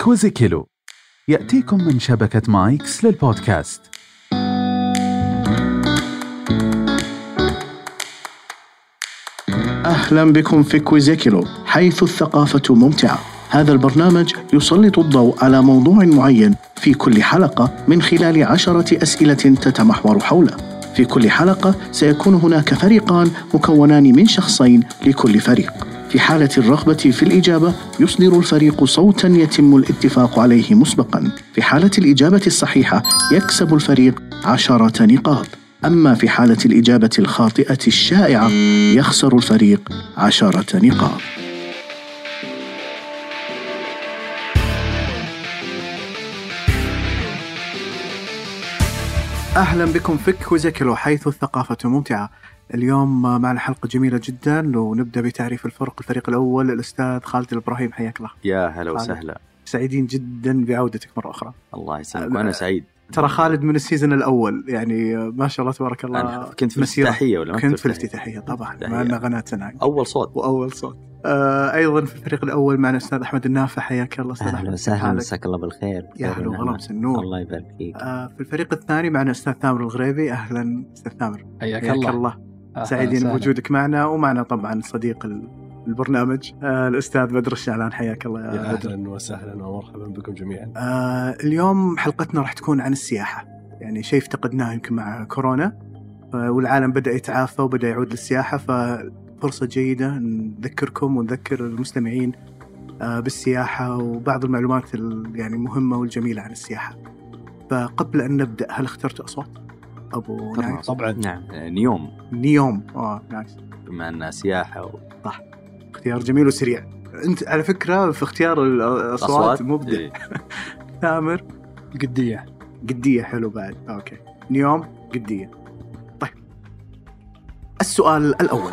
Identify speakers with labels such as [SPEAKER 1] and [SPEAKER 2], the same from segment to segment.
[SPEAKER 1] كوزيكيلو يأتيكم من شبكة مايكس للبودكاست
[SPEAKER 2] أهلا بكم في كويزيكيلو حيث الثقافة ممتعة هذا البرنامج يسلط الضوء على موضوع معين في كل حلقة من خلال عشرة أسئلة تتمحور حوله في كل حلقة سيكون هناك فريقان مكونان من شخصين لكل فريق في حالة الرغبة في الإجابة يصدر الفريق صوتا يتم الاتفاق عليه مسبقا في حالة الإجابة الصحيحة يكسب الفريق عشرة نقاط أما في حالة الإجابة الخاطئة الشائعة يخسر الفريق عشرة نقاط أهلا بكم في كوزيكلو حيث الثقافة ممتعة اليوم معنا حلقة جميلة جدا ونبدأ بتعريف الفرق الفريق الأول الأستاذ خالد الإبراهيم حياك الله
[SPEAKER 3] يا هلا
[SPEAKER 2] خالد.
[SPEAKER 3] وسهلا
[SPEAKER 2] سعيدين جدا بعودتك مرة أخرى
[SPEAKER 3] الله يسلمك
[SPEAKER 2] هلا.
[SPEAKER 3] وانا سعيد
[SPEAKER 2] ترى خالد من السيزون الأول يعني ما شاء الله تبارك
[SPEAKER 3] انا
[SPEAKER 2] الله
[SPEAKER 3] كنت في
[SPEAKER 2] مسيرة.
[SPEAKER 3] الافتتاحيه ولا ما
[SPEAKER 2] كنت في الافتتاحية طبعا معنا قناة هناك
[SPEAKER 3] اول صوت
[SPEAKER 2] واول صوت آه ايضا في الفريق الاول معنا الاستاذ احمد النافع حياك الله استاذ
[SPEAKER 4] اهلا
[SPEAKER 2] احمد
[SPEAKER 4] وسهلا
[SPEAKER 2] حالك؟
[SPEAKER 4] مساك الله بالخير
[SPEAKER 2] يا
[SPEAKER 4] خير
[SPEAKER 2] هلا
[SPEAKER 4] ونعمة.
[SPEAKER 2] وغلا مسنون
[SPEAKER 4] الله يبارك فيك
[SPEAKER 2] آه في الفريق الثاني معنا الاستاذ ثامر الغريبي اهلا استاذ ثامر
[SPEAKER 5] حياك
[SPEAKER 2] حياك
[SPEAKER 5] الله
[SPEAKER 2] الله
[SPEAKER 5] أهلاً
[SPEAKER 2] سعيدين
[SPEAKER 5] وسهلاً.
[SPEAKER 2] بوجودك معنا ومعنا طبعا صديق ال- البرنامج آه الاستاذ بدر الشعلان حياك الله
[SPEAKER 5] يا
[SPEAKER 2] يا بدر
[SPEAKER 5] اهلا وسهلا ومرحبا بكم جميعا
[SPEAKER 2] آه اليوم حلقتنا راح تكون عن السياحة يعني شيء افتقدناه يمكن مع كورونا آه والعالم بدأ يتعافى وبدأ يعود للسياحة ففرصة جيدة نذكركم ونذكر المستمعين آه بالسياحة وبعض المعلومات ال- يعني المهمة والجميلة عن السياحة فقبل أن نبدأ هل اخترت أصوات؟ أبو
[SPEAKER 3] طبعاً.
[SPEAKER 2] نايف
[SPEAKER 5] طبعا
[SPEAKER 4] نعم
[SPEAKER 3] آه، نيوم
[SPEAKER 2] نيوم آه نايس
[SPEAKER 3] بما انها سياحه و...
[SPEAKER 2] اختيار جميل وسريع أنت على فكرة في اختيار ال- الأصوات مبدع
[SPEAKER 3] إيه.
[SPEAKER 2] ثامر
[SPEAKER 5] قديه
[SPEAKER 2] قدية حلو بعد اوكي نيوم قدية طيب السؤال الأول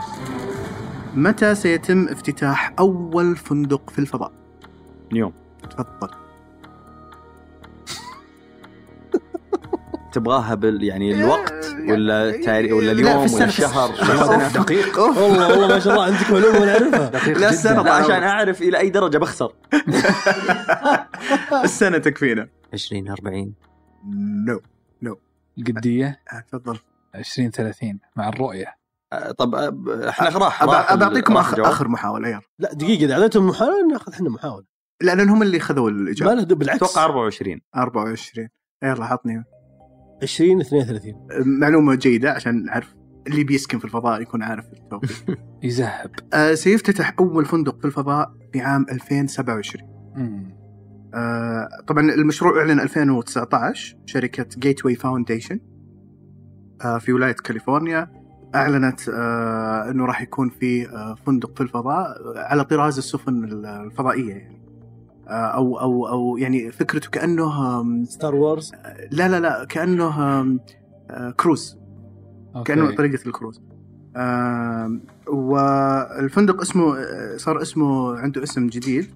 [SPEAKER 2] متى سيتم افتتاح أول فندق في الفضاء؟
[SPEAKER 3] نيوم
[SPEAKER 2] تفضل
[SPEAKER 3] تبغاها بال يعني الوقت ولا التاريخ ولا
[SPEAKER 2] لا،
[SPEAKER 3] اليوم
[SPEAKER 2] في
[SPEAKER 3] ولا
[SPEAKER 2] إيه، السنة.
[SPEAKER 3] الشهر ولا
[SPEAKER 2] أوف.
[SPEAKER 3] السنة؟ دقيق
[SPEAKER 2] أوف.
[SPEAKER 5] والله والله ما شاء الله عندك معلومه انا اعرفها
[SPEAKER 2] لا السنة
[SPEAKER 3] لا عشان
[SPEAKER 2] طبعاً.
[SPEAKER 3] اعرف الى اي درجه بخسر
[SPEAKER 2] السنة تكفينا
[SPEAKER 4] 20 40
[SPEAKER 2] نو آه،
[SPEAKER 5] قديه
[SPEAKER 2] تفضل
[SPEAKER 5] 20 30 مع الرؤيه
[SPEAKER 3] آه، طب آه، ب- احنا راح
[SPEAKER 2] أب-
[SPEAKER 3] راح ال-
[SPEAKER 2] أبعطيكم
[SPEAKER 3] راح
[SPEAKER 2] آخر,
[SPEAKER 3] الجواب.
[SPEAKER 2] آخر محاولة يلا
[SPEAKER 5] لا دقيقه اذا اعطيتهم محاوله ناخذ احنا محاوله
[SPEAKER 2] لا لأن هم اللي خذوا
[SPEAKER 5] ما
[SPEAKER 2] الإجابة إيه،
[SPEAKER 5] له دخل، بالعكس
[SPEAKER 3] اتوقع 24
[SPEAKER 2] 24 يلا عطني
[SPEAKER 5] 20 32
[SPEAKER 2] معلومة جيدة عشان نعرف اللي بيسكن في الفضاء يكون عارف التوقيت
[SPEAKER 5] يزهب
[SPEAKER 2] آه، سيفتتح أول فندق في الفضاء في عام 2027
[SPEAKER 5] مم.
[SPEAKER 2] آه، طبعا المشروع اعلن 2019 شركه جيت واي فاونديشن آه، في ولايه كاليفورنيا اعلنت آه، انه راح يكون في آه، فندق في الفضاء آه، على طراز السفن ال- الفضائيه يعني آه، او او او يعني فكرته كانه آم،
[SPEAKER 5] ستار وورز
[SPEAKER 2] لا لا لا كانه آم، آه، كروز
[SPEAKER 5] أوكي.
[SPEAKER 2] كانه طريقه الكروز آم، والفندق اسمه آه، صار اسمه عنده اسم جديد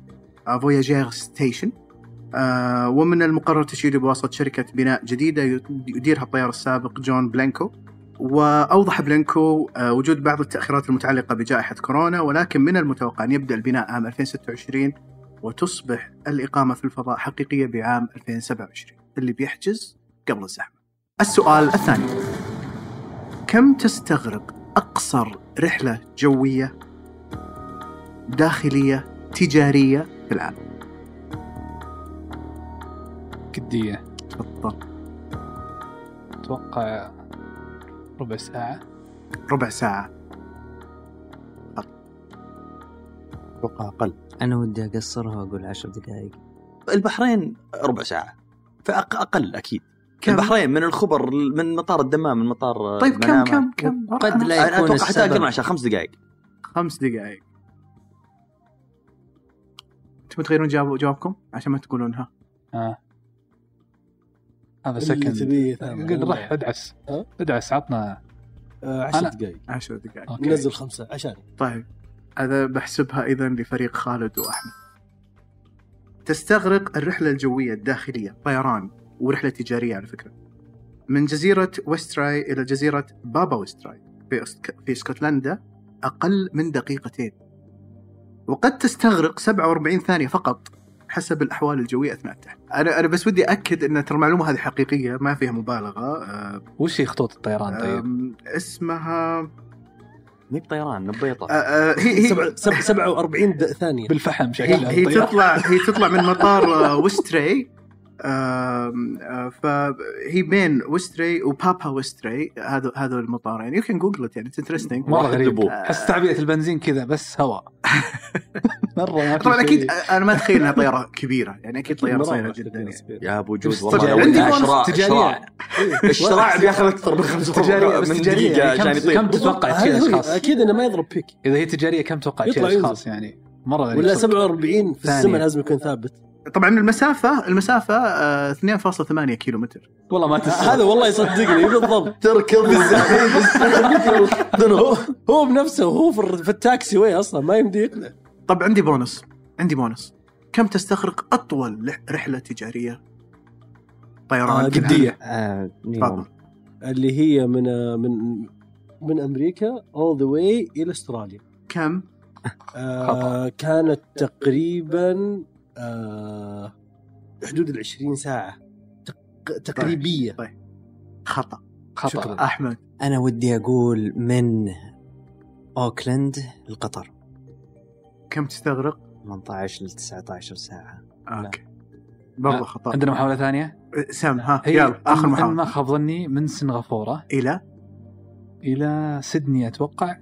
[SPEAKER 2] آه، فوياجير ستيشن آه، ومن المقرر تشييده بواسطه شركه بناء جديده يديرها الطيار السابق جون بلانكو واوضح بلانكو آه، وجود بعض التاخيرات المتعلقه بجائحه كورونا ولكن من المتوقع ان يبدا البناء عام 2026 وتصبح الاقامه في الفضاء حقيقيه بعام 2027 اللي بيحجز قبل الزحمه. السؤال الثاني كم تستغرق أقصر رحلة جوية داخلية تجارية في العالم؟
[SPEAKER 5] قديه
[SPEAKER 2] تفضل
[SPEAKER 5] اتوقع ربع ساعه
[SPEAKER 2] ربع ساعة
[SPEAKER 3] اتوقع اقل
[SPEAKER 4] انا ودي اقصرها واقول 10 دقائق
[SPEAKER 3] البحرين ربع ساعه فاقل اكيد
[SPEAKER 2] كم؟
[SPEAKER 3] البحرين من الخبر من مطار الدمام من مطار آه،
[SPEAKER 2] طيب كم
[SPEAKER 3] منامة.
[SPEAKER 2] كم كم؟
[SPEAKER 4] قد لا
[SPEAKER 3] انا
[SPEAKER 4] يكون
[SPEAKER 3] اتوقع حتى اقل من 10
[SPEAKER 4] السبب
[SPEAKER 3] خمس دقائق
[SPEAKER 2] خمس دقائق تبون تغيرون جواب- جوابكم عشان ما تقولونها
[SPEAKER 5] آه. هذا
[SPEAKER 6] اللي
[SPEAKER 5] سكند
[SPEAKER 6] تبيه
[SPEAKER 5] قل رح ادعس
[SPEAKER 6] ها؟
[SPEAKER 5] ادعس عطنا
[SPEAKER 6] 10
[SPEAKER 5] أنا-
[SPEAKER 6] دقائق
[SPEAKER 2] عشر دقائق
[SPEAKER 5] أوكي.
[SPEAKER 6] ننزل خمسه عشان
[SPEAKER 2] طيب هذا بحسبها إذا لفريق خالد وأحمد تستغرق الرحلة الجوية الداخلية طيران ورحلة تجارية على فكرة من جزيرة ويستراي إلى جزيرة بابا ويستراي في, أسك... في اسكتلندا أقل من دقيقتين وقد تستغرق 47 ثانية فقط حسب الاحوال الجويه اثناء التحليل انا انا بس ودي اكد ان ترى المعلومه هذه حقيقيه ما فيها مبالغه آه،
[SPEAKER 5] وش هي خطوط الطيران طيب؟
[SPEAKER 2] آم، اسمها
[SPEAKER 3] مي بطيران
[SPEAKER 2] آه،
[SPEAKER 3] نبيطه
[SPEAKER 2] آه، هي هي
[SPEAKER 6] سبعة- سبعة- 47 د- ثانيه
[SPEAKER 5] بالفحم
[SPEAKER 2] هي,
[SPEAKER 5] شكلها
[SPEAKER 2] هي
[SPEAKER 5] الطيارة.
[SPEAKER 2] تطلع هي تطلع من مطار آه، وستري آم، آه، فهي بين وستري وبابا وستري هذا هذا المطارين يو كان جوجل يعني انترستنج
[SPEAKER 5] مره غريب آه.
[SPEAKER 3] دبوب.
[SPEAKER 5] احس تعبئه البنزين كذا بس هواء مره ما في
[SPEAKER 2] طبعا
[SPEAKER 5] شيء.
[SPEAKER 2] اكيد انا ما اتخيل انها طياره كبيره يعني اكيد طياره صغيره جدا يعني.
[SPEAKER 3] يا ابو جود
[SPEAKER 5] بس
[SPEAKER 3] والله لو
[SPEAKER 5] تجارية.
[SPEAKER 3] إنها
[SPEAKER 5] عندي
[SPEAKER 3] شراء-
[SPEAKER 5] بونص تجارية.
[SPEAKER 3] شراء.
[SPEAKER 5] طيب.
[SPEAKER 3] الشراع بياخذ اكثر من خمس
[SPEAKER 5] تجارية بس
[SPEAKER 3] من
[SPEAKER 5] تجارية
[SPEAKER 3] دقيقه
[SPEAKER 5] يعني كم-
[SPEAKER 3] عشان
[SPEAKER 5] كم
[SPEAKER 3] يطير
[SPEAKER 5] تتوقع تشيل اشخاص؟
[SPEAKER 6] اكيد انه ما يضرب بيك
[SPEAKER 5] اذا هي تجاريه كم توقع
[SPEAKER 6] يطلع
[SPEAKER 5] تشيل اشخاص يعني مره غريب
[SPEAKER 6] ولا
[SPEAKER 5] صدق.
[SPEAKER 6] 47 في
[SPEAKER 5] ثانية.
[SPEAKER 6] الزمن لازم يكون ثابت
[SPEAKER 2] طبعا المسافه المسافه آه، 2.8 كيلو متر
[SPEAKER 5] والله ما تستاهل
[SPEAKER 6] هذا والله يصدقني بالضبط
[SPEAKER 3] تركض
[SPEAKER 6] هو هو بنفسه هو في الر- في التاكسي وي اصلا ما يمدي يقنع
[SPEAKER 2] طب عندي بونص عندي بونص كم تستغرق اطول لح- رحله تجاريه طيران
[SPEAKER 6] آه،
[SPEAKER 2] كذا.
[SPEAKER 6] جدية.
[SPEAKER 4] آه نيوم
[SPEAKER 2] تفضل
[SPEAKER 6] اللي هي من من من امريكا اول ذا واي الى استراليا
[SPEAKER 2] كم
[SPEAKER 6] آه كانت تقريبا آه حدود ال 20 ساعه تق- تقريبيه
[SPEAKER 2] خطا
[SPEAKER 5] خطا
[SPEAKER 2] احمد
[SPEAKER 4] انا ودي اقول من اوكلاند القطر
[SPEAKER 2] كم تستغرق
[SPEAKER 4] 18 ل 19 ساعه
[SPEAKER 2] اوكي برضه
[SPEAKER 5] لا.
[SPEAKER 2] خطا
[SPEAKER 5] عندنا محاوله ثانيه
[SPEAKER 2] سام ها
[SPEAKER 5] هي
[SPEAKER 2] يلا اخر
[SPEAKER 5] إن- إن
[SPEAKER 2] محاوله
[SPEAKER 5] ما خاب ظني من سنغافوره
[SPEAKER 2] الى
[SPEAKER 5] الى سيدني اتوقع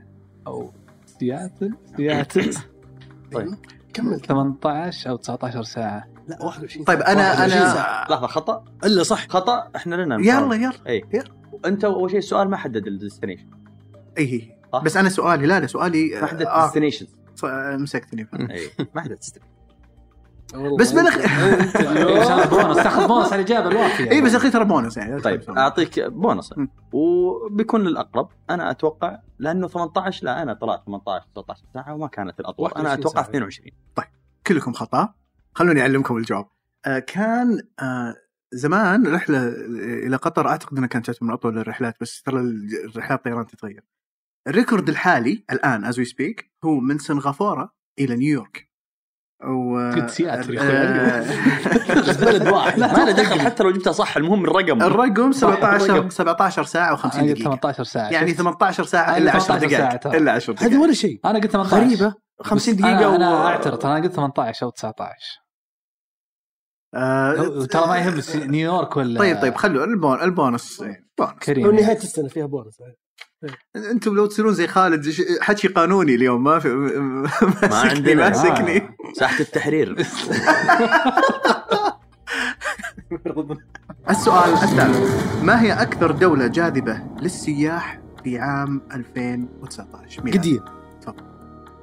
[SPEAKER 5] او سياتل سياتل
[SPEAKER 3] طيب.
[SPEAKER 6] كمل
[SPEAKER 5] 18 او 19 ساعه
[SPEAKER 6] لا 21
[SPEAKER 2] طيب انا
[SPEAKER 6] 21 ساعة.
[SPEAKER 2] انا
[SPEAKER 3] لحظه خطا
[SPEAKER 6] الا صح
[SPEAKER 3] خطا احنا لنا
[SPEAKER 2] يلا يلا
[SPEAKER 3] انت اول شيء السؤال ما حدد الديستنيشن
[SPEAKER 2] اي
[SPEAKER 3] صح.
[SPEAKER 2] بس انا سؤالي لا لا سؤالي
[SPEAKER 3] ما حدد
[SPEAKER 2] آه،
[SPEAKER 3] الديستنيشن
[SPEAKER 2] ص- مسكتني
[SPEAKER 3] ما حدد destination.
[SPEAKER 6] والله.
[SPEAKER 2] بس بالاخ
[SPEAKER 5] إيه، إن شاء الله بونص تاخذ بونص على الاجابه الوافيه
[SPEAKER 2] اي بس اخي ترى بونص يعني
[SPEAKER 3] طيب اعطيك بونص
[SPEAKER 2] مم.
[SPEAKER 3] وبيكون للاقرب انا اتوقع لانه 18 لا انا طلعت 18 19 ساعه وما كانت الاطول انا
[SPEAKER 5] 21
[SPEAKER 3] اتوقع
[SPEAKER 5] ساعة.
[SPEAKER 3] 22
[SPEAKER 2] كلكم خطا خلوني اعلمكم الجواب آه، كان آه، زمان رحله الى قطر اعتقد انها كانت من اطول الرحلات بس ترى الرحلات الطيران تتغير الريكورد الحالي الان از وي سبيك هو من سنغافوره الى نيويورك و
[SPEAKER 5] قد سياتل يا
[SPEAKER 2] آه،
[SPEAKER 5] اخوي
[SPEAKER 6] بلد واحد
[SPEAKER 3] لا ما له دخل حتى لو جبتها صح المهم الرقم
[SPEAKER 2] الرقم 17
[SPEAKER 5] الرقم.
[SPEAKER 2] 17 ساعه و50
[SPEAKER 5] انا قلت
[SPEAKER 2] دقيقه
[SPEAKER 5] 18 ساعه
[SPEAKER 2] يعني
[SPEAKER 5] آه، شفت؟
[SPEAKER 2] 18 ساعه
[SPEAKER 5] أنا
[SPEAKER 2] الا 10
[SPEAKER 5] 18 ساعة
[SPEAKER 2] دقائق
[SPEAKER 5] ترى.
[SPEAKER 2] الا 10 دقائق
[SPEAKER 6] هذه ولا شيء
[SPEAKER 5] انا قلت 18
[SPEAKER 2] غريبه 50
[SPEAKER 5] بس
[SPEAKER 2] دقيقه
[SPEAKER 5] انا,
[SPEAKER 2] و-
[SPEAKER 5] أنا اعترض انا قلت 18 او 19
[SPEAKER 2] آه،
[SPEAKER 5] ترى ما يهم س- نيويورك ولا
[SPEAKER 2] طيب طيب خلوا البون البونص بونص
[SPEAKER 5] كريم
[SPEAKER 6] ونهايه السنه فيها بونص
[SPEAKER 2] انتم لو تصيرون زي خالد ش- حكي قانوني اليوم ما في ماسكني
[SPEAKER 3] عندنا.
[SPEAKER 2] ماسكني
[SPEAKER 3] ساحه التحرير
[SPEAKER 5] آه.
[SPEAKER 2] السؤال الثالث ما هي اكثر دوله جاذبه للسياح في عام 2019 ميلاد.
[SPEAKER 6] قديم
[SPEAKER 2] تفضل.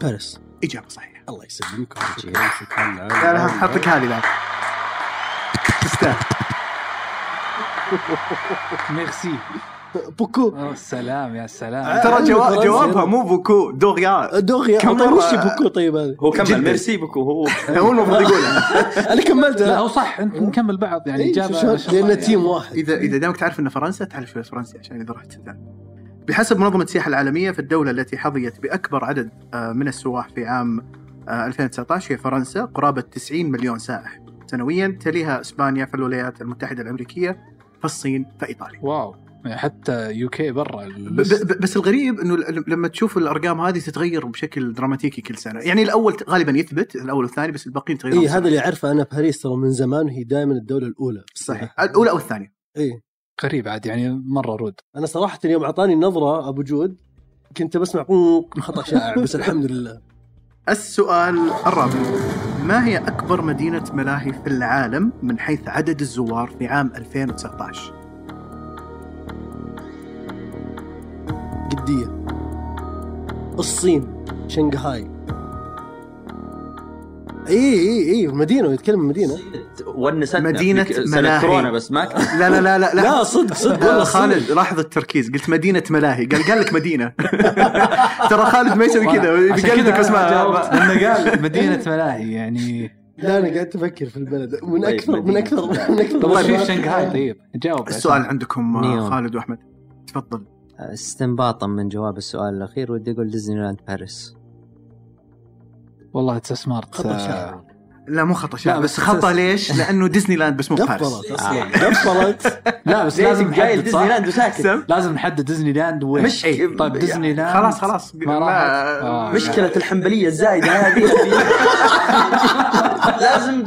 [SPEAKER 6] باريس
[SPEAKER 2] اجابه صحيحه
[SPEAKER 6] الله يسلمك ويعطيك
[SPEAKER 4] جيد.
[SPEAKER 6] العافية. تعال،
[SPEAKER 2] لا لا
[SPEAKER 6] تعال.
[SPEAKER 2] حطك هذه بعد تستاهل
[SPEAKER 5] ميرسي
[SPEAKER 6] بوكو
[SPEAKER 5] أوه، سلام يا سلام
[SPEAKER 6] آه.
[SPEAKER 2] ترى
[SPEAKER 6] فرنسا.
[SPEAKER 2] جو... جوابها مو بوكو دوريا
[SPEAKER 6] دوغيا
[SPEAKER 2] كم
[SPEAKER 6] طيب
[SPEAKER 2] مرة-
[SPEAKER 6] وش بوكو طيب هذا
[SPEAKER 3] هو كمل
[SPEAKER 2] جداً.
[SPEAKER 3] ميرسي بكو هو
[SPEAKER 2] هو المفروض يقولها
[SPEAKER 6] انا
[SPEAKER 5] لا
[SPEAKER 6] كملتها
[SPEAKER 5] هو صح انت نكمل بعض يعني
[SPEAKER 6] إيه،
[SPEAKER 5] اجابه
[SPEAKER 6] شو-
[SPEAKER 5] ما شاء الله
[SPEAKER 6] لان
[SPEAKER 5] يعني.
[SPEAKER 6] تيم واحد
[SPEAKER 2] اذا اذا دامك تعرف ان فرنسا تعرف شوي فرنسي عشان اذا رحت ذا. بحسب منظمه السياحه العالميه فالدوله التي حظيت باكبر عدد آه، من السواح في عام آه، 2019 هي فرنسا قرابه 90 مليون سائح سنويا تليها اسبانيا فالولايات المتحده الامريكيه فالصين فايطاليا
[SPEAKER 5] واو يعني حتى يو كي برا
[SPEAKER 2] ب- ب- بس الغريب انه ل- لما تشوف الارقام هذه تتغير بشكل دراماتيكي كل سنه يعني الاول غالبا يثبت الاول والثاني بس الباقيين يتغيرون
[SPEAKER 6] اي إيه، هذا اللي اعرفه انا باريس ترى من زمان وهي دائما الدوله الاولى
[SPEAKER 2] صحيح الاولى او الثانيه
[SPEAKER 6] اي
[SPEAKER 5] غريب عاد يعني مره رود
[SPEAKER 6] انا صراحه يوم اعطاني نظره ابو جود كنت بسمع قوق خطا شائع بس الحمد لله
[SPEAKER 2] السؤال الرابع ما هي أكبر مدينة ملاهي في العالم من حيث عدد الزوار في عام 2019؟
[SPEAKER 6] جديه الصين شنغهاي إيه، اي اي اي مدينه يتكلم مدينه
[SPEAKER 3] ونستنا
[SPEAKER 2] مدينة آه.
[SPEAKER 3] فيك-
[SPEAKER 2] ملاهي.
[SPEAKER 3] سنة كورونا بس ما كان
[SPEAKER 2] لا لا لا لا
[SPEAKER 6] لا صدق صدق والله
[SPEAKER 2] آه،
[SPEAKER 6] الصين.
[SPEAKER 2] خالد لاحظ التركيز قلت مدينة ملاهي قال قال لك مدينة ترى خالد ما يسوي كذا
[SPEAKER 5] عشان كذا
[SPEAKER 2] بقلدك
[SPEAKER 5] أنا جاوبت،
[SPEAKER 2] اسمع
[SPEAKER 5] لانه قال مدينه ملاهي يعني
[SPEAKER 6] لا انا قاعد افكر في البلد من
[SPEAKER 3] طيب،
[SPEAKER 6] اكثر من
[SPEAKER 3] مدينة.
[SPEAKER 6] اكثر من اكثر
[SPEAKER 5] طب
[SPEAKER 6] البلد.
[SPEAKER 5] شوف طيب، شنغهاي طيب جاوب
[SPEAKER 2] السؤال عندكم آه،
[SPEAKER 4] نيوم.
[SPEAKER 2] خالد وأحمد تفضل
[SPEAKER 4] استنباطا آه، من جواب السؤال الاخير ودي اقول ديزني لاند باريس
[SPEAKER 5] والله تسمارت
[SPEAKER 6] خطا شائع
[SPEAKER 2] لا مو خطا شعب
[SPEAKER 5] لا،
[SPEAKER 2] بس
[SPEAKER 5] بس
[SPEAKER 2] خطا
[SPEAKER 5] أساس.
[SPEAKER 2] ليش؟ لانه ديزني لاند بس مو بفارس
[SPEAKER 6] قفلت اصلا قفلت
[SPEAKER 5] لا بس
[SPEAKER 3] ليش
[SPEAKER 5] لازم
[SPEAKER 3] قايل
[SPEAKER 5] نحدد
[SPEAKER 3] ديزني
[SPEAKER 5] صح؟
[SPEAKER 3] لاند وساكت
[SPEAKER 2] سم؟
[SPEAKER 5] لازم نحدد ديزني لاند وين
[SPEAKER 3] مش
[SPEAKER 2] إيه.
[SPEAKER 5] طيب ديزني لاند
[SPEAKER 2] خلاص خلاص
[SPEAKER 5] ما راحت. آه.
[SPEAKER 3] مشكلة الحنبلية الزايدة هذه لازم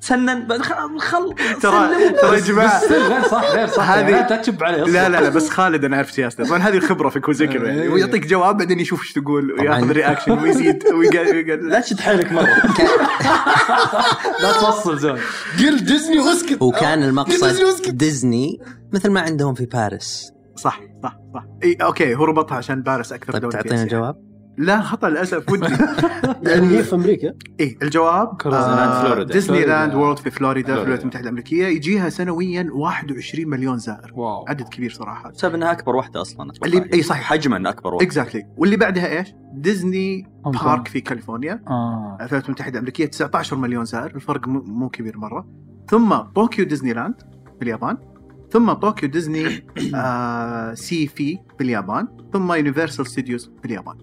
[SPEAKER 3] تسنن بعد خلاص خل
[SPEAKER 2] ترى ترى يا جماعه
[SPEAKER 5] بس غير صح غير صح يعني
[SPEAKER 2] هذه-
[SPEAKER 5] هذه لا تشب عليه
[SPEAKER 2] لا لا لا بس خالد انا اعرف سياسته طبعا هذه الخبره في كوزيكا يعني
[SPEAKER 5] إيه.
[SPEAKER 2] ويعطيك جواب بعدين يشوف ايش تقول وياخذ
[SPEAKER 4] آه، طبعاً.
[SPEAKER 2] رياكشن ويزيد ويقل- ويقل-
[SPEAKER 3] لا تشد حيلك مرة
[SPEAKER 5] لا توصل زون
[SPEAKER 6] قل ديزني واسكت آه،
[SPEAKER 4] وكان
[SPEAKER 6] ديزني
[SPEAKER 4] المقصد
[SPEAKER 6] واسكت.
[SPEAKER 4] ديزني مثل ما عندهم في باريس
[SPEAKER 2] صح صح صح اي اوكي هو ربطها عشان بارس اكثر
[SPEAKER 4] طيب
[SPEAKER 2] دولة في
[SPEAKER 4] تعطينا
[SPEAKER 2] آسيا.
[SPEAKER 4] جواب
[SPEAKER 2] يعني. لا خطا للاسف ودي
[SPEAKER 6] يعني هي في امريكا
[SPEAKER 2] اي الجواب
[SPEAKER 5] كروزلاند،
[SPEAKER 2] آه،
[SPEAKER 3] فلوريدا.
[SPEAKER 2] ديزني
[SPEAKER 5] فلوريدا.
[SPEAKER 2] لاند وورلد في فلوريدا في
[SPEAKER 3] فلوريدا.
[SPEAKER 2] الولايات المتحده الامريكيه يجيها سنويا 21 مليون زائر
[SPEAKER 5] واو
[SPEAKER 2] عدد كبير صراحه
[SPEAKER 3] بسبب انها اكبر واحدة اصلا أتوقع.
[SPEAKER 2] اللي- أي صحيح.
[SPEAKER 3] حجما اكبر واحدة
[SPEAKER 2] اكزاكتلي واللي بعدها ايش؟ ديزني
[SPEAKER 5] هونغ كونغ.
[SPEAKER 2] بارك في كاليفورنيا
[SPEAKER 5] اه
[SPEAKER 2] الولايات المتحده الامريكيه 19 مليون زائر الفرق مو- مو كبير مره ثم طوكيو ديزني لاند في اليابان ثم طوكيو ديزني آه سي في في اليابان ثم يونيفرسال ستوديوز في اليابان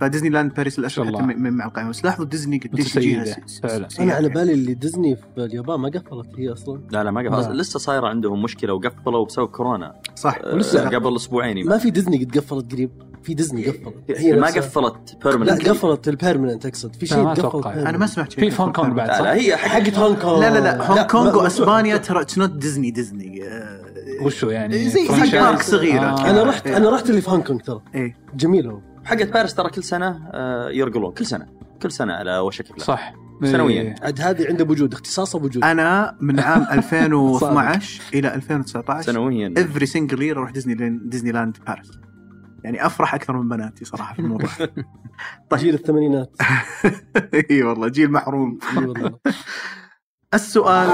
[SPEAKER 2] فديزني لاند باريس الاشهر
[SPEAKER 5] الله.
[SPEAKER 2] حتى م- م- مع القائمه بس لاحظوا ديزني قديش
[SPEAKER 5] متسيدة،
[SPEAKER 2] يجيها س- س-
[SPEAKER 5] فعلا.
[SPEAKER 2] سياح
[SPEAKER 6] انا على
[SPEAKER 2] يعني.
[SPEAKER 6] بالي اللي ديزني في اليابان ما قفلت هي اصلا
[SPEAKER 3] لا لا ما قبل
[SPEAKER 5] لا.
[SPEAKER 3] لسه صايرة عندهم مشكلة وقفلوا بسبب كورونا
[SPEAKER 2] صح
[SPEAKER 3] آه،
[SPEAKER 6] ولسه-
[SPEAKER 3] قبل اسبوعين يمكن.
[SPEAKER 6] ما في ديزني قد قفلت قريب في ديزني قفلت هي
[SPEAKER 3] إيه. ما
[SPEAKER 6] نفسها.
[SPEAKER 3] قفلت
[SPEAKER 6] لا
[SPEAKER 3] بيرمننت
[SPEAKER 6] قفلت البيرمننت اقصد في شيء
[SPEAKER 5] ما
[SPEAKER 6] قفل
[SPEAKER 5] أتوقع.
[SPEAKER 6] permanent.
[SPEAKER 2] انا ما سمعت شيء
[SPEAKER 5] في فون كونغ بعد
[SPEAKER 3] لا لا،
[SPEAKER 5] صح؟
[SPEAKER 3] هي حق
[SPEAKER 6] حقت هونغ كونغ
[SPEAKER 2] لا لا لا هونغ كونغ
[SPEAKER 6] ما-
[SPEAKER 2] واسبانيا ترى اتس نوت ديزني ديزني آه،
[SPEAKER 5] وشو يعني
[SPEAKER 2] زي
[SPEAKER 5] فرنشايز؟
[SPEAKER 2] زي بارك صغيره
[SPEAKER 5] آه.
[SPEAKER 2] كذا.
[SPEAKER 6] انا رحت انا رحت اللي في هونغ كونغ ترى
[SPEAKER 2] إيه.
[SPEAKER 6] جميل هو
[SPEAKER 3] حقت باريس ترى كل سنة آه، يرقلون كل سنة كل سنة على وشك لا.
[SPEAKER 5] صح
[SPEAKER 3] سنوياً.
[SPEAKER 5] إيه.
[SPEAKER 6] عاد هذه عنده وجود اختصاصه بوجود
[SPEAKER 2] انا من عام 2012 الى 2019
[SPEAKER 3] سنويا
[SPEAKER 2] افري سنجل يير اروح ديزني لين- ديزني لاند باريس يعني افرح اكثر من بناتي صراحه في الموضوع طيب.
[SPEAKER 6] جيل الثمانينات
[SPEAKER 2] اي والله جيل محروم
[SPEAKER 6] اي والله
[SPEAKER 2] السؤال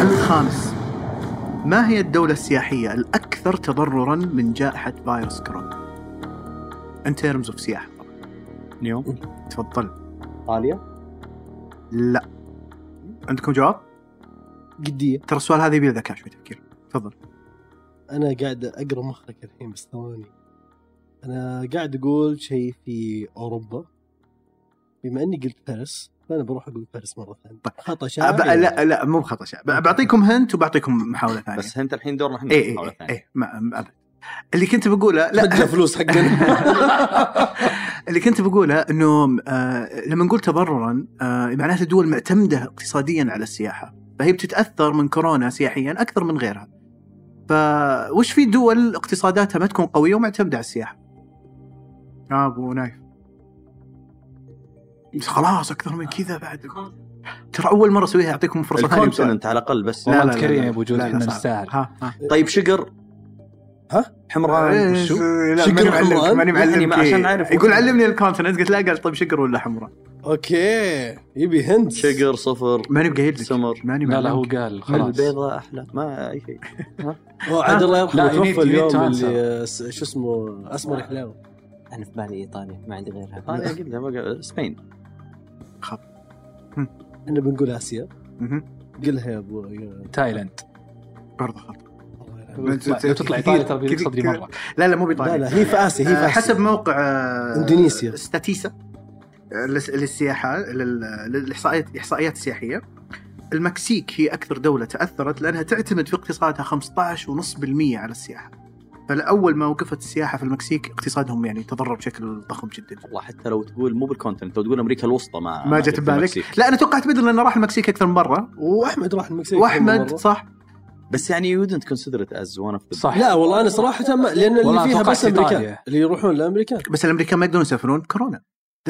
[SPEAKER 2] الخامس ما هي الدولة السياحية الأكثر تضررا من جائحة فيروس كورونا؟ In terms of سياحة
[SPEAKER 3] نيوم
[SPEAKER 2] تفضل
[SPEAKER 3] ايطاليا
[SPEAKER 2] لا عندكم جواب؟
[SPEAKER 6] جديه
[SPEAKER 2] ترى السؤال هذا يبي له ذكاء شوي تفكير تفضل
[SPEAKER 6] انا قاعد اقرا مخك الحين بس ثواني انا قاعد اقول شيء في اوروبا بما اني قلت باريس فانا بروح اقول باريس مره ثانيه خطا شعب
[SPEAKER 2] أب... طيب. لا لا مو بخطا شعب بعطيكم هنت وبعطيكم محاولة ثانية
[SPEAKER 3] بس انت الحين دورنا احنا
[SPEAKER 2] اي
[SPEAKER 3] محاولة
[SPEAKER 2] اي
[SPEAKER 3] ثانية.
[SPEAKER 2] اي إيه، ما ما- أبد. اللي كنت بقوله لا
[SPEAKER 6] بدنا فلوس حقنا
[SPEAKER 2] اللي كنت بقوله انه آه لما نقول تضررا آه معناته الدول معتمده اقتصاديا على السياحه فهي بتتاثر من كورونا سياحيا اكثر من غيرها فوش في دول اقتصاداتها ما تكون قويه ومعتمده على السياحه يا ابو نايف بس خلاص اكثر من كذا بعد ترى اول مره اسويها اعطيكم فرصه ثانيه بسؤال.
[SPEAKER 3] الكونتنت على الاقل بس
[SPEAKER 2] لا، لا،
[SPEAKER 5] والله
[SPEAKER 2] لا،
[SPEAKER 5] تكريم
[SPEAKER 2] لا.
[SPEAKER 5] يا ابو جود
[SPEAKER 2] لا، لا،
[SPEAKER 5] احنا
[SPEAKER 2] صعب.
[SPEAKER 5] إيه نستاهل
[SPEAKER 2] ها ها
[SPEAKER 3] طيب شقر
[SPEAKER 6] ها؟
[SPEAKER 3] حمران
[SPEAKER 2] إيه،
[SPEAKER 3] وشو؟
[SPEAKER 2] لا
[SPEAKER 6] شكر
[SPEAKER 2] ماني معلمك
[SPEAKER 6] حمران؟
[SPEAKER 2] ماني
[SPEAKER 3] يعني
[SPEAKER 2] معلمك
[SPEAKER 3] ما- عشان أعرف
[SPEAKER 2] يقول
[SPEAKER 3] وين.
[SPEAKER 2] علمني الكونتنت قلت لا قال طيب شقر ولا حمراء
[SPEAKER 6] اوكي يبي هند
[SPEAKER 3] شقر صفر
[SPEAKER 2] ماني بقايل
[SPEAKER 3] سمر.
[SPEAKER 2] ماني
[SPEAKER 5] لا لا هو
[SPEAKER 2] معلمك
[SPEAKER 5] قال خلاص
[SPEAKER 3] البيضة احلى ما اي شيء
[SPEAKER 6] عاد الله يرحمه
[SPEAKER 5] لا، you need-
[SPEAKER 6] توفى
[SPEAKER 5] you need to
[SPEAKER 6] اليوم
[SPEAKER 5] answer.
[SPEAKER 6] اللي س- شو اسمه اسمر حلاوه
[SPEAKER 4] انا في بالي ايطاليا ما عندي غيرها
[SPEAKER 3] انا قلت لها سبين
[SPEAKER 6] احنا بنقول اسيا
[SPEAKER 2] مهم.
[SPEAKER 6] قلها يا ابو يا-
[SPEAKER 5] تايلاند
[SPEAKER 2] برضه خطأ
[SPEAKER 6] الله
[SPEAKER 2] لا،
[SPEAKER 6] يرحمه.
[SPEAKER 5] لا، لو تطلع ايطاليا ترى بيجيك صدري مره
[SPEAKER 2] لا لا مو بإيطاليا
[SPEAKER 6] لا لا هي في اسيا هي في
[SPEAKER 2] آه،
[SPEAKER 6] اسيا
[SPEAKER 2] حسب موقع آه،
[SPEAKER 6] إندونيسيا.
[SPEAKER 2] ستاتيسا آه، للس- للسياحه لل- للاحصائيات الاحصائيات السياحيه المكسيك هي اكثر دوله تاثرت لانها تعتمد في اقتصادها 15.5% على السياحه فالاول ما وقفت السياحه في المكسيك اقتصادهم يعني تضرر بشكل ضخم جدا
[SPEAKER 3] والله حتى لو تقول مو بالكونتنت لو تقول امريكا الوسطى ما
[SPEAKER 2] ما جت
[SPEAKER 3] جت
[SPEAKER 2] ببالك
[SPEAKER 3] المكسيك.
[SPEAKER 2] لا انا توقعت بدر لانه راح المكسيك اكثر من مره
[SPEAKER 6] واحمد راح المكسيك كم
[SPEAKER 2] واحمد
[SPEAKER 6] مرة.
[SPEAKER 2] صح
[SPEAKER 3] بس يعني يو دنت كونسيدر ات از ون اوف ذا
[SPEAKER 5] صح
[SPEAKER 6] لا والله انا صراحه ما لان
[SPEAKER 5] والله
[SPEAKER 6] اللي فيها
[SPEAKER 5] أتوقع
[SPEAKER 6] بس
[SPEAKER 5] إيطاليا.
[SPEAKER 6] امريكان اللي يروحون لامريكا
[SPEAKER 2] بس الامريكان ما يقدرون يسافرون كورونا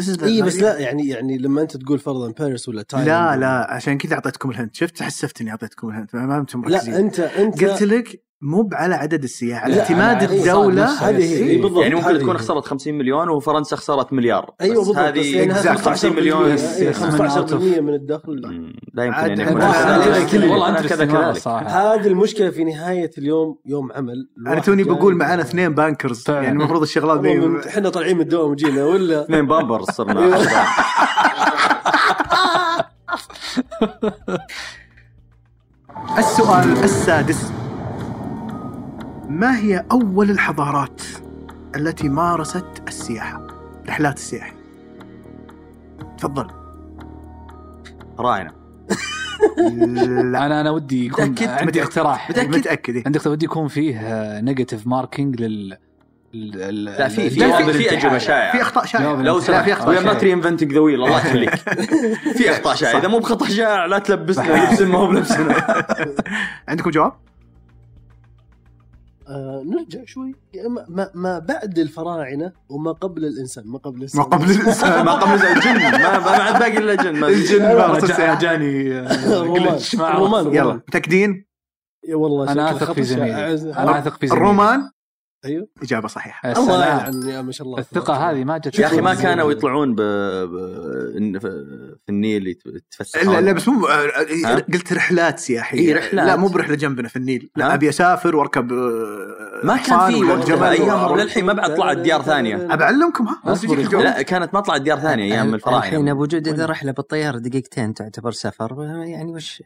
[SPEAKER 2] This is the-
[SPEAKER 6] اي بس لا يعني يعني لما انت تقول فرضا باريس ولا تايلاند
[SPEAKER 2] لا لا عشان كذا اعطيتكم الهند شفت حسفت اني اعطيتكم الهند ما ما انتم
[SPEAKER 6] لا
[SPEAKER 2] مركزين
[SPEAKER 6] انت انت
[SPEAKER 2] قلت لك مو على عدد السياحه على
[SPEAKER 6] لا،
[SPEAKER 2] اعتماد
[SPEAKER 5] على عدد
[SPEAKER 2] الدوله
[SPEAKER 5] الصادق.
[SPEAKER 6] هذه هي
[SPEAKER 5] إيه.
[SPEAKER 6] إي بالضبط
[SPEAKER 3] يعني ممكن
[SPEAKER 6] هذه
[SPEAKER 3] تكون
[SPEAKER 6] هي.
[SPEAKER 3] خسرت 50 مليون وفرنسا خسرت مليار
[SPEAKER 6] ايوه
[SPEAKER 3] أيوة، بس يعني
[SPEAKER 6] بالضبط بس
[SPEAKER 3] هذه
[SPEAKER 6] لأنها
[SPEAKER 2] exact
[SPEAKER 6] 15%
[SPEAKER 3] 50 مليون أيوة،
[SPEAKER 5] بالمية.
[SPEAKER 6] إي،
[SPEAKER 5] من
[SPEAKER 6] 15% من الدخل
[SPEAKER 3] مم، لا يمكن يعني
[SPEAKER 2] عاد
[SPEAKER 3] ان
[SPEAKER 2] عاد
[SPEAKER 3] يكون
[SPEAKER 2] عاد
[SPEAKER 3] هذا.
[SPEAKER 2] كذا.
[SPEAKER 5] والله
[SPEAKER 3] أنا
[SPEAKER 5] انت
[SPEAKER 3] كذا كذلك
[SPEAKER 5] صراحه
[SPEAKER 6] هذه المشكله في نهايه اليوم يوم عمل
[SPEAKER 2] انا توني بقول معانا اثنين بانكرز
[SPEAKER 5] فعلا.
[SPEAKER 2] يعني المفروض الشغلات ذي
[SPEAKER 6] احنا طالعين من الدوام وجينا ولا
[SPEAKER 3] اثنين بامبرز صرنا
[SPEAKER 2] السؤال السادس ما هي اول الحضارات التي مارست السياحه رحلات السياحه تفضل
[SPEAKER 3] راينا
[SPEAKER 2] لا
[SPEAKER 5] انا انا ودي يكون
[SPEAKER 2] متأكد؟
[SPEAKER 5] عندي
[SPEAKER 2] متأكد؟
[SPEAKER 5] اقتراح
[SPEAKER 2] متاكد إيه.
[SPEAKER 5] عندي اقتراح ودي يكون فيه نيجاتيف ماركينج لل لل-
[SPEAKER 3] لا في في
[SPEAKER 5] جواب
[SPEAKER 3] في- في
[SPEAKER 5] الاتحاد.
[SPEAKER 3] اجوبه
[SPEAKER 2] في
[SPEAKER 3] شايعه
[SPEAKER 2] اخطاء شائعه
[SPEAKER 5] جواب
[SPEAKER 3] لو
[SPEAKER 2] لا
[SPEAKER 3] سمحت
[SPEAKER 2] في
[SPEAKER 3] وي ار
[SPEAKER 2] اخطاء
[SPEAKER 3] نوت
[SPEAKER 2] شائعة.
[SPEAKER 3] رينفنتنج ذا ويل الله يخليك في اخطاء شائعه اذا مو بخطا شائع لا تلبسنا لبس ما هو بلبسنا
[SPEAKER 2] عندكم جواب؟
[SPEAKER 6] آه نرجع شوي ما, ما, ما بعد الفراعنه وما قبل الانسان ما قبل الانسان
[SPEAKER 2] ما قبل الانسان
[SPEAKER 3] ما قبل الجن ما ما عاد باقي الا جن ما في.
[SPEAKER 5] الجن
[SPEAKER 2] لا،
[SPEAKER 5] بارت
[SPEAKER 2] رجع-
[SPEAKER 5] الساعة. جاني آه،
[SPEAKER 6] الرومان
[SPEAKER 5] glitch، ما أعرف.
[SPEAKER 6] الرومان
[SPEAKER 2] يلا
[SPEAKER 6] يلا
[SPEAKER 2] متاكدين؟
[SPEAKER 6] والله
[SPEAKER 5] انا
[SPEAKER 6] شكله
[SPEAKER 5] اثق في
[SPEAKER 6] خطر
[SPEAKER 5] زميلي
[SPEAKER 6] شائع.
[SPEAKER 5] انا اثق في زميلي
[SPEAKER 2] الرومان
[SPEAKER 3] أيوه.
[SPEAKER 6] ايوه
[SPEAKER 2] اجابه صحيحه
[SPEAKER 5] يا
[SPEAKER 6] الله
[SPEAKER 5] سلام.
[SPEAKER 6] يلعن يا ما شاء الله
[SPEAKER 5] الثقة هذه ما جت
[SPEAKER 3] يا اخي ما كانوا يطلعون ب... ب... إن- في- في النيل يت-
[SPEAKER 2] لا لا
[SPEAKER 3] يتفسحون
[SPEAKER 2] بس مو
[SPEAKER 3] أيوه.
[SPEAKER 2] آه،
[SPEAKER 3] ها؟
[SPEAKER 2] قلت رحلات سياحيه
[SPEAKER 3] إيه، رحلات.
[SPEAKER 2] لا مو برحله جنبنا في النيل لا
[SPEAKER 3] ها؟
[SPEAKER 2] ابي اسافر واركب آه،
[SPEAKER 3] ما كان
[SPEAKER 2] حصان
[SPEAKER 3] في
[SPEAKER 2] ولا
[SPEAKER 3] وقتها
[SPEAKER 2] جمل
[SPEAKER 3] ايام
[SPEAKER 2] ولا-
[SPEAKER 3] للحين ما بعد طلعت ديار ثانيه
[SPEAKER 2] ابى اعلمكم ها بس
[SPEAKER 5] اصبر
[SPEAKER 2] يجيك
[SPEAKER 5] يا
[SPEAKER 2] الجو.
[SPEAKER 3] لا كانت ما طلعت ديار ثانيه ايام
[SPEAKER 4] الحين
[SPEAKER 3] الفراعنه
[SPEAKER 4] بوجود اذا رحله بالطياره دقيقتين تعتبر سفر يعني وش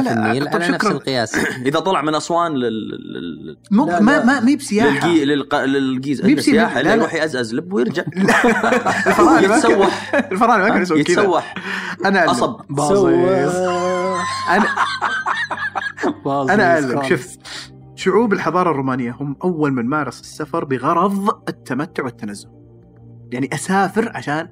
[SPEAKER 2] لا،
[SPEAKER 4] لا
[SPEAKER 2] لا،
[SPEAKER 4] لا في النيل
[SPEAKER 2] طب
[SPEAKER 4] على نفس
[SPEAKER 2] شكراً.
[SPEAKER 4] القياس
[SPEAKER 3] اذا طلع من اسوان لل... لل...
[SPEAKER 2] مو
[SPEAKER 6] لا،
[SPEAKER 2] ما
[SPEAKER 6] لا.
[SPEAKER 2] ما مي بسياحه
[SPEAKER 3] للجي... للق... للجيز
[SPEAKER 2] مي
[SPEAKER 3] إلا
[SPEAKER 2] بسي-
[SPEAKER 3] سياحه
[SPEAKER 2] لا،
[SPEAKER 3] لا
[SPEAKER 2] لا.
[SPEAKER 3] يروح يزأز لب ويرجع
[SPEAKER 2] الفراعنة ما كان-
[SPEAKER 3] يتسوح
[SPEAKER 2] الفراعنه ما كانوا يسوون كذا
[SPEAKER 3] يتسوح
[SPEAKER 2] انا أعلم.
[SPEAKER 3] قصب
[SPEAKER 5] باظيص
[SPEAKER 2] انا انا اعلم شوف شعوب الحضاره الرومانيه هم اول من مارس السفر بغرض التمتع والتنزه يعني اسافر عشان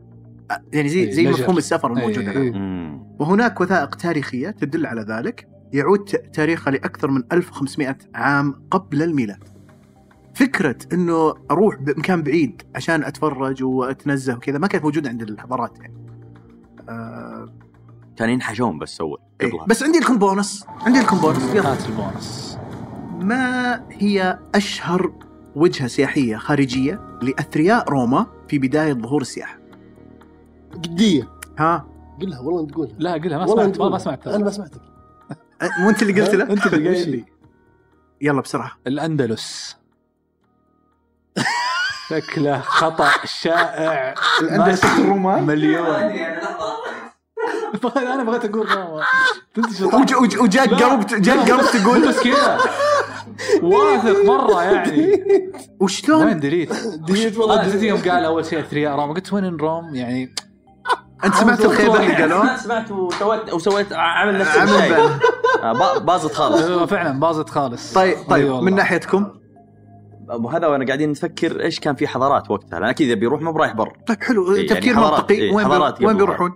[SPEAKER 2] يعني زي
[SPEAKER 5] إيه،
[SPEAKER 2] زي
[SPEAKER 5] leisure.
[SPEAKER 2] مفهوم السفر الموجود
[SPEAKER 5] إيه.
[SPEAKER 2] الان وهناك وثائق تاريخية تدل على ذلك يعود ت- تاريخها لأكثر من 1500 عام قبل الميلاد فكرة أنه أروح بمكان بعيد عشان أتفرج وأتنزه وكذا ما كانت موجودة عند الحضارات يعني آه
[SPEAKER 3] كان ينحشون بس اول
[SPEAKER 2] إيه.
[SPEAKER 3] قبلها
[SPEAKER 2] بس عندي لكم بونص عندي لكم بونص يلا
[SPEAKER 5] هات البونص
[SPEAKER 2] ما هي أشهر وجهة سياحية خارجية لأثرياء روما في بداية ظهور السياحة
[SPEAKER 6] قديه
[SPEAKER 2] ها
[SPEAKER 6] قل لها والله انت تقولها
[SPEAKER 5] لا قلها ما
[SPEAKER 6] والله
[SPEAKER 5] سمعت
[SPEAKER 6] أنت
[SPEAKER 5] ما- ما
[SPEAKER 6] قولها.
[SPEAKER 5] سمعت
[SPEAKER 6] انا ما سمعتك
[SPEAKER 2] أه، مو أنت اللي قلت له
[SPEAKER 5] انت اللي قايل لي
[SPEAKER 2] يلا بسرعة
[SPEAKER 5] الاندلس شكله خطا شائع
[SPEAKER 2] الأندلس
[SPEAKER 5] ماشي.
[SPEAKER 2] الرومان
[SPEAKER 5] مليون بغ- انا بغيت اقول روما
[SPEAKER 2] وج- وج- وجاك
[SPEAKER 5] لا.
[SPEAKER 2] قلب جاك قلب تقول
[SPEAKER 5] بس كذا واثق مره يعني
[SPEAKER 2] وشلون
[SPEAKER 5] وين دريت؟
[SPEAKER 6] ديت
[SPEAKER 5] والله
[SPEAKER 6] والله
[SPEAKER 5] دريت
[SPEAKER 6] ديت.
[SPEAKER 5] يوم قال اول شيء اثرياء روما قلت وين إن روم يعني
[SPEAKER 2] انت سمعت الخيبه اللي قالوه؟
[SPEAKER 3] انا سمعت وسويت وسويت عامل نفس
[SPEAKER 2] عمل
[SPEAKER 3] الشيء
[SPEAKER 2] بال.
[SPEAKER 3] آه، با- باظت خالص
[SPEAKER 5] هو فعلا باظت خالص
[SPEAKER 2] طيب طيب
[SPEAKER 5] إي أيوة والله.
[SPEAKER 2] من ناحيتكم
[SPEAKER 3] وهذا وانا قاعدين نفكر ايش كان في حضارات وقتها لان اكيد بيروح ما برايح بر
[SPEAKER 2] طيب حلو
[SPEAKER 3] إيه، يعني
[SPEAKER 2] تفكير
[SPEAKER 3] حضارات-
[SPEAKER 2] منطقي
[SPEAKER 3] إيه،
[SPEAKER 2] وين
[SPEAKER 3] حضارات
[SPEAKER 2] بيرو- وين
[SPEAKER 3] قبل
[SPEAKER 2] بيروحون؟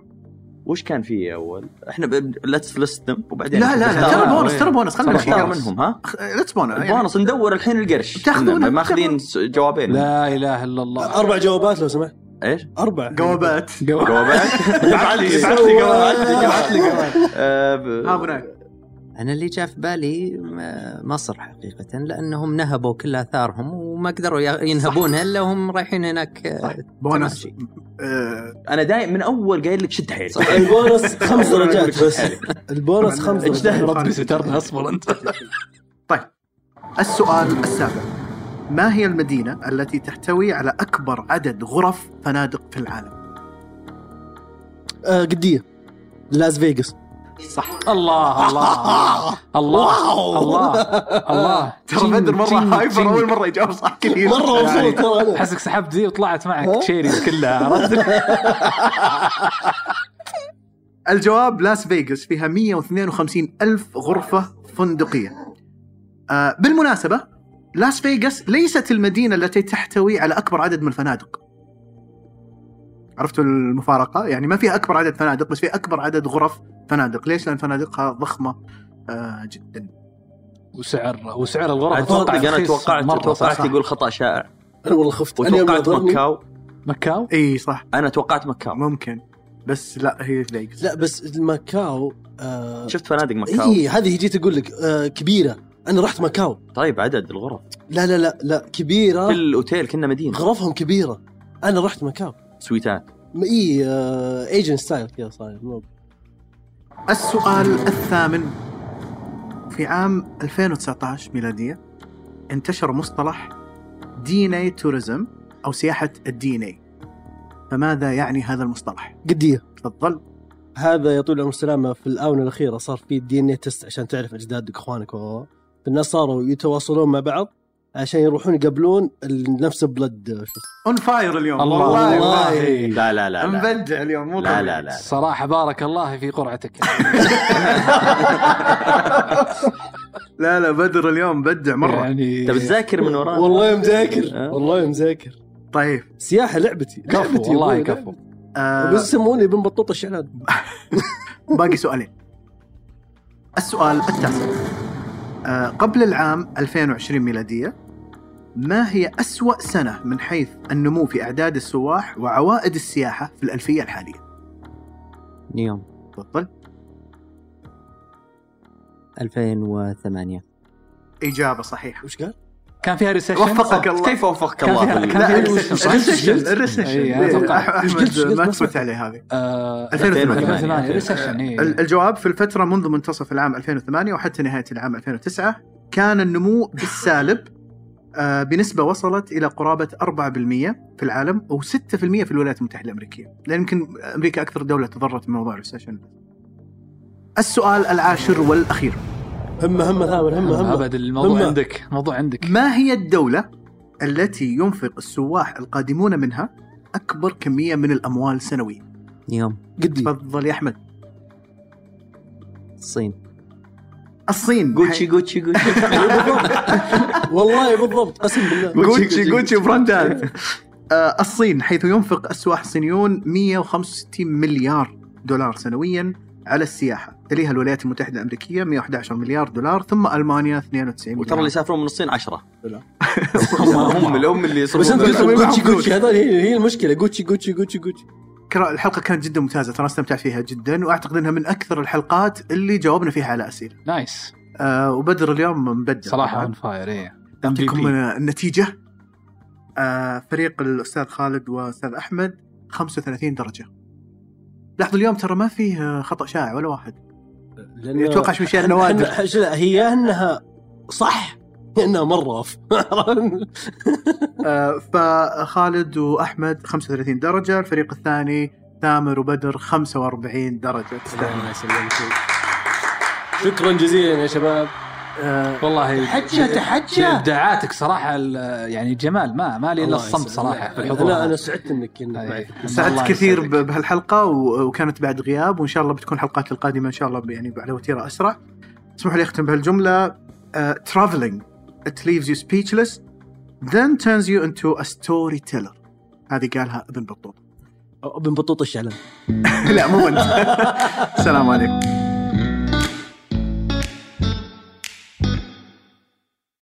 [SPEAKER 3] وش كان في اول احنا ليتس ليستم وبعدين
[SPEAKER 2] لا لا لا
[SPEAKER 3] نختار-
[SPEAKER 2] ترى
[SPEAKER 5] لا،
[SPEAKER 2] بونص
[SPEAKER 5] وين؟
[SPEAKER 2] ترى بونص خلينا نمشي
[SPEAKER 3] نختار
[SPEAKER 2] يلا.
[SPEAKER 3] يعني منهم ها
[SPEAKER 2] أخ- لا تسبونا يعني.
[SPEAKER 3] البونص ندور الحين القرش
[SPEAKER 2] تاخذونه،
[SPEAKER 3] إننا ماخذين س- جوابين
[SPEAKER 5] لا اله الا الله
[SPEAKER 2] أه.
[SPEAKER 6] اربع جوابات لو سمحت
[SPEAKER 3] ايش؟
[SPEAKER 6] اربع
[SPEAKER 2] جوابات
[SPEAKER 3] جوابين
[SPEAKER 2] ابعث لي ابعث لي ابعث لي
[SPEAKER 3] آه، ب-
[SPEAKER 2] ها هناك
[SPEAKER 4] انا اللي جاء في بالي م- مصر حقيقه لانهم نهبوا كل اثارهم وما قدروا ي- ينهبونها الا وهم رايحين هناك آه،
[SPEAKER 2] بونص
[SPEAKER 4] تماشي.
[SPEAKER 2] آه،
[SPEAKER 3] انا دايم من اول قايل لك شد حيلك
[SPEAKER 6] البونص خمس درجات بس البونص خمس
[SPEAKER 2] اجتهد.
[SPEAKER 6] درجات
[SPEAKER 5] ربي سترنا اصبر انت
[SPEAKER 2] طيب، السؤال السابع ما هي المدينة التي تحتوي على أكبر عدد غرف فنادق في العالم؟
[SPEAKER 6] آه، قديه لاس فيغاس
[SPEAKER 5] الله الله الله الله الله
[SPEAKER 2] ترى بدر مرة هايبر أول
[SPEAKER 5] مرة
[SPEAKER 2] مرة يجاوب صح كثير يعني
[SPEAKER 5] وصلت
[SPEAKER 6] والله
[SPEAKER 5] احسك سحبت زي وطلعت معك
[SPEAKER 2] أه.
[SPEAKER 5] تشيريز كلها عرفت؟
[SPEAKER 2] الجواب لاس فيغاس فيها 152 ألف غرفة فندقية آه بالمناسبة لاس فيغاس ليست المدينة التي تحتوي على أكبر عدد من الفنادق عرفتوا المفارقة؟ يعني ما فيها أكبر عدد فنادق بس فيها أكبر عدد غرف فنادق ليش؟ لأن فنادقها ضخمة آه جدا
[SPEAKER 5] وسعر وسعر الغرفه
[SPEAKER 3] اتوقع
[SPEAKER 5] اتوقع
[SPEAKER 3] انا
[SPEAKER 5] رخيص
[SPEAKER 3] توقعت
[SPEAKER 5] مرة
[SPEAKER 3] توقعت
[SPEAKER 5] صح؟
[SPEAKER 3] يقول خطا شائع
[SPEAKER 6] انا والله خفت أنا يوم
[SPEAKER 3] وتوقعت
[SPEAKER 6] ضربني-
[SPEAKER 3] مكاو
[SPEAKER 5] مكاو
[SPEAKER 2] اي صح
[SPEAKER 3] انا توقعت مكاو
[SPEAKER 2] ممكن بس لا هي فيغاس
[SPEAKER 6] لا بس ماكاو آه
[SPEAKER 3] شفت فنادق مكاو
[SPEAKER 6] اي إيه، هذه جيت اقول لك آه كبيره انا رحت ماكاو
[SPEAKER 3] طيب عدد الغرف
[SPEAKER 6] لا لا لا لا كبيره
[SPEAKER 3] كل اوتيل كنا مدينه
[SPEAKER 6] غرفهم كبيره انا رحت ماكاو
[SPEAKER 3] سويتات
[SPEAKER 6] ما- اي آه ايجنت ستايل كذا صاير مو-
[SPEAKER 2] السؤال الثامن في عام 2019 ميلادية انتشر مصطلح دي ان اي توريزم او سياحة الدي ان اي فماذا يعني هذا المصطلح؟
[SPEAKER 6] قديه
[SPEAKER 2] تفضل
[SPEAKER 6] هذا يا طويل العمر السلامه في الاونه الاخيره صار في دي ان تست عشان تعرف اجدادك اخوانك و- الناس صاروا يتواصلون مع بعض عشان يروحون يقابلون ال- نفس بلد شو اسمه
[SPEAKER 2] اون فاير اليوم
[SPEAKER 5] الله
[SPEAKER 2] والله
[SPEAKER 5] والله.
[SPEAKER 3] لا لا لا لا
[SPEAKER 2] مبدع اليوم مو
[SPEAKER 3] لا
[SPEAKER 2] طبيعي.
[SPEAKER 3] لا لا
[SPEAKER 5] الصراحه بارك الله في قرعتك
[SPEAKER 2] لا لا بدر اليوم مبدع مره
[SPEAKER 3] إيه.
[SPEAKER 5] يعني
[SPEAKER 3] انت بتذاكر طيب، من ورانا
[SPEAKER 6] والله مذاكر والله مذاكر
[SPEAKER 2] طيب
[SPEAKER 6] سياحه لعبتي
[SPEAKER 5] أه؟ كفو
[SPEAKER 6] لعبتي
[SPEAKER 5] والله
[SPEAKER 6] أبوي،
[SPEAKER 5] كفو
[SPEAKER 2] آه
[SPEAKER 6] بس يسموني ابن بطوط الشعلان
[SPEAKER 2] باقي سؤالين السؤال التاسع آه، قبل العام 2020 ميلادية ما هي أسوأ سنة من حيث النمو في أعداد السواح وعوائد السياحة في الألفية الحالية
[SPEAKER 4] نيوم
[SPEAKER 2] تفضل
[SPEAKER 4] 2008
[SPEAKER 2] إجابة صحيحة
[SPEAKER 6] وش قال؟
[SPEAKER 5] كان فيها ريسيشن
[SPEAKER 2] وفقك الله
[SPEAKER 3] كيف وفقك
[SPEAKER 5] كان
[SPEAKER 3] الله طيب.
[SPEAKER 5] فيها-
[SPEAKER 3] في ال-
[SPEAKER 5] كان
[SPEAKER 2] لا،
[SPEAKER 5] فيها ريسيشن صح؟
[SPEAKER 2] الريسيشن
[SPEAKER 5] إيه،
[SPEAKER 2] الريسيشن
[SPEAKER 5] أنا
[SPEAKER 2] إيه،
[SPEAKER 5] أتوقع.
[SPEAKER 2] احمد
[SPEAKER 6] قلت- قلت
[SPEAKER 2] ما
[SPEAKER 6] ما
[SPEAKER 2] تفوت
[SPEAKER 6] سمعت.
[SPEAKER 2] عليه هذه
[SPEAKER 5] آه، 2008 2008 ريسيشن
[SPEAKER 2] ال-
[SPEAKER 5] اي
[SPEAKER 2] الجواب في الفترة منذ منتصف العام 2008 وحتى نهاية العام 2009 كان النمو بالسالب آه، بنسبة وصلت إلى قرابة 4% في العالم أو 6% في الولايات المتحدة الأمريكية لأن يمكن أمريكا أكثر دولة تضررت من موضوع الريسيشن السؤال العاشر والأخير
[SPEAKER 6] همه همه ثامر همه همه
[SPEAKER 5] ابد الموضوع
[SPEAKER 6] هم-
[SPEAKER 5] عندك الموضوع عندك
[SPEAKER 2] ما هي الدولة التي ينفق السواح القادمون منها أكبر كمية من الأموال سنويا
[SPEAKER 4] نيوم
[SPEAKER 6] قدي
[SPEAKER 2] تفضل يا أحمد
[SPEAKER 4] الصين
[SPEAKER 2] الصين
[SPEAKER 3] جوتشي جوتشي جوتشي
[SPEAKER 6] والله بالضبط قسم بالله
[SPEAKER 2] جوتشي جوتشي براندات آه، الصين حيث ينفق السواح الصينيون 165 مليار دولار سنويا على السياحة تليها الولايات المتحدة الأمريكية 111 مليار دولار ثم ألمانيا 92
[SPEAKER 3] وترى اللي
[SPEAKER 2] مليار
[SPEAKER 3] يسافرون من الصين 10
[SPEAKER 6] لا.
[SPEAKER 3] هم هم الام اللي
[SPEAKER 6] بس انت
[SPEAKER 3] يصرفون
[SPEAKER 2] بس-
[SPEAKER 6] قلت
[SPEAKER 2] معهم
[SPEAKER 6] جوتشي
[SPEAKER 2] فلوس.
[SPEAKER 6] جوتشي هذول هي هي المشكله جوتشي جوتشي جوتشي جوتشي
[SPEAKER 2] كرا- الحلقة كانت جدا ممتازة ترى استمتعت فيها جدا وأعتقد أنها من أكثر الحلقات اللي جاوبنا فيها على أسئلة
[SPEAKER 5] نايس
[SPEAKER 2] آه، وبدر اليوم مبدع
[SPEAKER 5] صراحه
[SPEAKER 2] طبعاً.
[SPEAKER 5] اون فاير اي
[SPEAKER 6] إيه.
[SPEAKER 2] أعطيكم النتيجة آه، فريق الأستاذ خالد وأستاذ أحمد 35 درجة لاحظوا اليوم ترى ما فيه آه، خطأ شائع ولا واحد
[SPEAKER 6] لأن-
[SPEAKER 2] يتوقع شو شيء
[SPEAKER 6] حن-
[SPEAKER 2] نوادر
[SPEAKER 6] حن- لا هي انها صح هي انها مره اوف
[SPEAKER 2] آه، فخالد واحمد 35 درجه الفريق الثاني ثامر وبدر 45 درجه تستاهل.
[SPEAKER 6] شكرا جزيلا يا شباب
[SPEAKER 2] آه،
[SPEAKER 5] والله
[SPEAKER 6] تحجة، تحجة.
[SPEAKER 5] ابداعاتك صراحه ال- يعني جمال ما ما لي الا
[SPEAKER 6] الله
[SPEAKER 5] الصمت
[SPEAKER 6] يسعدك.
[SPEAKER 5] صراحه في الحضور
[SPEAKER 6] انا انا
[SPEAKER 5] هذا.
[SPEAKER 6] سعدت انك كنا معي
[SPEAKER 5] أي. الله
[SPEAKER 2] سعدت كثير
[SPEAKER 5] يسعدك.
[SPEAKER 2] ب- بهالحلقه و- وكانت بعد غياب وان شاء الله بتكون الحلقات القادمه ان شاء الله يعني على وتيره اسرع اسمحوا لي اختم بهالجمله ترافلينج it leaves you speechless then turns you into a storyteller هذه قالها ابن بطوط
[SPEAKER 6] ابن بطوط الشعلان
[SPEAKER 2] لا مو انت السلام عليكم